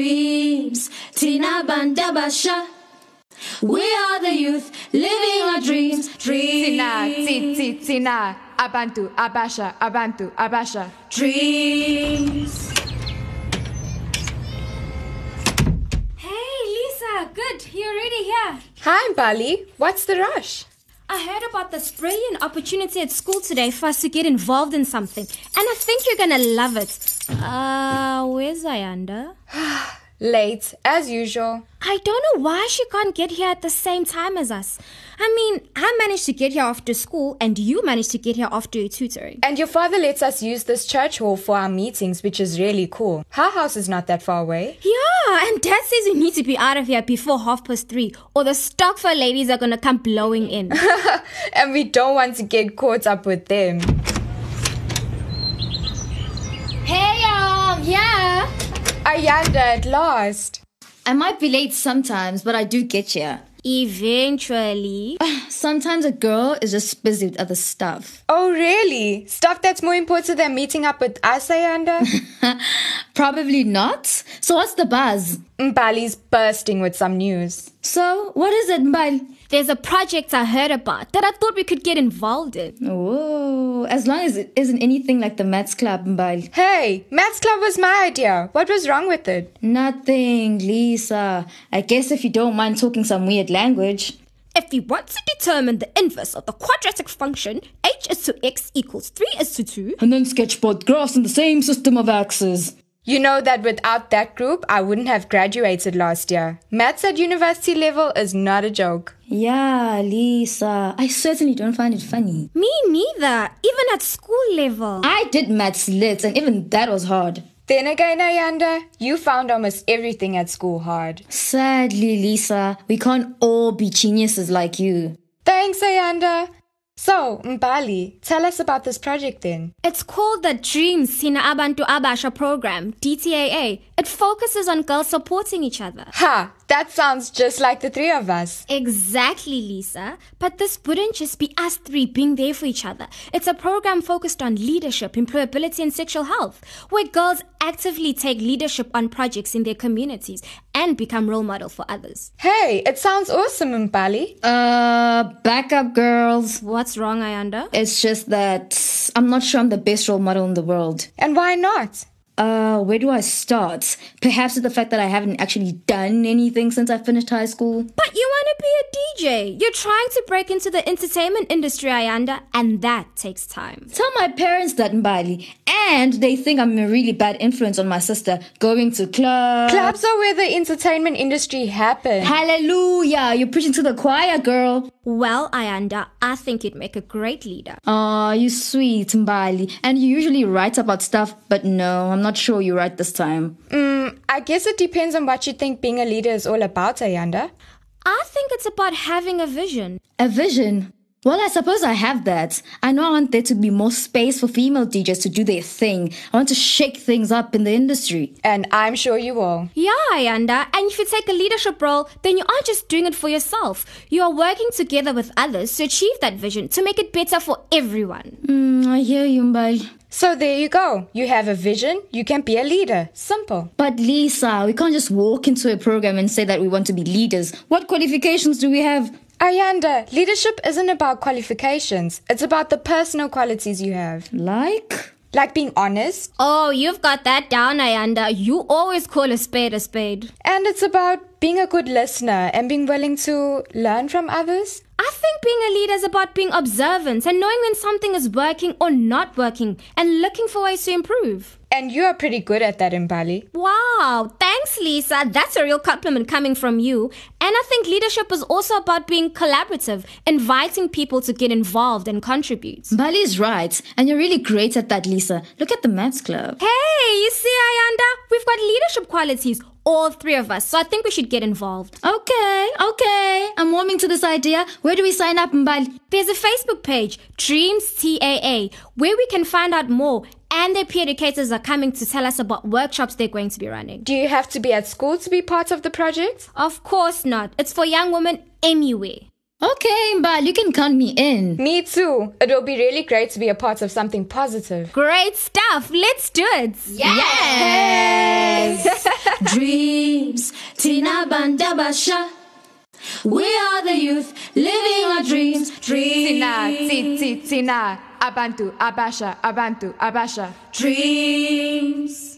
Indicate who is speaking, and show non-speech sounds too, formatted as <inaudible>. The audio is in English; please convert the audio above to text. Speaker 1: dreams. Tina Bandabasha. We are the youth living our dreams. Dreams.
Speaker 2: Tina, ti, ti, Tina, Abantu, Abasha, Abantu, Abasha.
Speaker 1: Dreams.
Speaker 3: Hey, Lisa, good. You're already here.
Speaker 2: Hi, Bali. What's the rush?
Speaker 3: I heard about this brilliant opportunity at school today for us to get involved in something, and I think you're gonna love it. Uh, where's Ayanda?
Speaker 2: Late, as usual.
Speaker 3: I don't know why she can't get here at the same time as us. I mean, I managed to get here after school, and you managed to get here after your tutoring.
Speaker 2: And your father lets us use this church hall for our meetings, which is really cool. Her house is not that far away. <laughs>
Speaker 3: Yeah, and Dad says we need to be out of here before half past three, or the stock for ladies are gonna come blowing in.
Speaker 2: And we don't want to get caught up with them.
Speaker 1: <laughs> Hey, um, yeah.
Speaker 2: Ayanda at last.
Speaker 1: I might be late sometimes, but I do get here.
Speaker 3: Eventually.
Speaker 1: <sighs> Sometimes a girl is just busy with other stuff. <laughs>
Speaker 2: Oh, really? Stuff that's more important than meeting up with us, <laughs> Ayanda?
Speaker 1: Probably not. So what's the buzz?
Speaker 2: Mbali's bursting with some news.
Speaker 1: So what is it, Mbali?
Speaker 3: There's a project I heard about that I thought we could get involved in.
Speaker 1: Oh, as long as it isn't anything like the Mats Club, Mbali.
Speaker 2: Hey, Maths Club was my idea. What was wrong with it?
Speaker 1: Nothing, Lisa. I guess if you don't mind talking some weird language.
Speaker 3: If we want to determine the inverse of the quadratic function, h is to x equals 3 is to 2,
Speaker 1: And then sketch both graphs in the same system of axes.
Speaker 2: You know that without that group, I wouldn't have graduated last year. Maths at university level is not a joke.
Speaker 1: Yeah, Lisa. I certainly don't find it funny.
Speaker 3: me neither, even at school level.
Speaker 1: I did maths lit, and even that was hard.
Speaker 2: Then again, Ayanda, you found almost everything at school hard.
Speaker 1: Sadly, Lisa, we can't all be geniuses like you.
Speaker 2: Thanks, Ayanda. So, Mbali, tell us about this project then.
Speaker 3: It's called the Dreams Sina Abantu Abasha program, DTAA. It focuses on girls supporting each other.
Speaker 2: Ha, that sounds just like the three of us.
Speaker 3: Exactly, Lisa. But this wouldn't just be us three being there for each other. It's a program focused on leadership, employability, and sexual health, where girls actively take leadership on projects in their communities and become role model for others.
Speaker 2: Hey, it sounds awesome, Mbali.
Speaker 1: Uh, back up, girls.
Speaker 3: What's wrong, Ayanda?
Speaker 1: It's just that I'm not sure I'm the best role model in the world.
Speaker 2: And why not?
Speaker 1: Uh, where do I start? Perhaps with the fact that I haven't actually done anything since I finished high school.
Speaker 3: But you want to be a DJ. You're trying to break into the entertainment industry, Ayanda, and that takes time.
Speaker 1: Tell my parents that, Mbali. And they think I'm a really bad influence on my sister going to clubs.
Speaker 2: Clubs are where the entertainment industry happens.
Speaker 1: Hallelujah! You're preaching to the choir, girl.
Speaker 3: Well, Ayanda, I think you'd make a great leader.
Speaker 1: Aw, you sweet, Mbali. And you usually write about stuff, but no, I'm not sure you write this time.
Speaker 2: Mm, I guess it depends on what you think being a leader is all about, Ayanda.
Speaker 3: I think it's about having a vision.
Speaker 1: A vision. Well, I suppose I have that. I know I want there to be more space for female DJs to do their thing. I want to shake things up in the industry.
Speaker 2: And I'm sure you will.
Speaker 3: Yeah, Ayanda, and if you take a leadership role, then you aren't just doing it for yourself. You are working together with others to achieve that vision, to make it better for everyone.
Speaker 1: Mm, I hear you, Mbali.
Speaker 2: So there you go. You have a vision, you can be a leader. Simple.
Speaker 1: But Lisa, we can't just walk into a program and say that we want to be leaders. What qualifications do we have?
Speaker 2: Ayanda, leadership isn't about qualifications, it's about the personal qualities you have.
Speaker 1: Like?
Speaker 2: Like being honest,
Speaker 3: Oh, you've got that down, Ayanda. You always call a spade a spade.
Speaker 2: and it's about being a good listener and being willing to learn from others.
Speaker 3: I think being a leader is about being observant and knowing when something is working or not working and looking for ways to improve.
Speaker 2: And you are pretty good at that in Bali.
Speaker 3: Wow, thanks, Lisa. That's a real compliment coming from you. And I think leadership is also about being collaborative, inviting people to get involved and contribute.
Speaker 1: Mbali's right, and you're really great at that, Lisa. Look at the Maths Club.
Speaker 3: Hey, you see, Ayanda, we've got leadership qualities, all three of us, so I think we should get involved.
Speaker 1: Okay, okay. I'm warming to this idea. Where do we sign up, Mbali?
Speaker 3: There's a Facebook page, Dreams TAA, where we can find out more, and their peer educators are coming to tell us about workshops they're going to be running.
Speaker 2: Do you have to be at school to be part of the project?
Speaker 3: Of course not, it's for young women anyway.
Speaker 1: Okay, but you can count me in.
Speaker 2: Me too. It will be really great to be a part of something positive.
Speaker 3: Great stuff. Let's do it.
Speaker 1: Dreams, Tina Bandabasha. We are the youth living our dreams.
Speaker 4: Tina, ti, ti, Tina, Abantu, Abasha, Abantu, Abasha.
Speaker 1: dreams.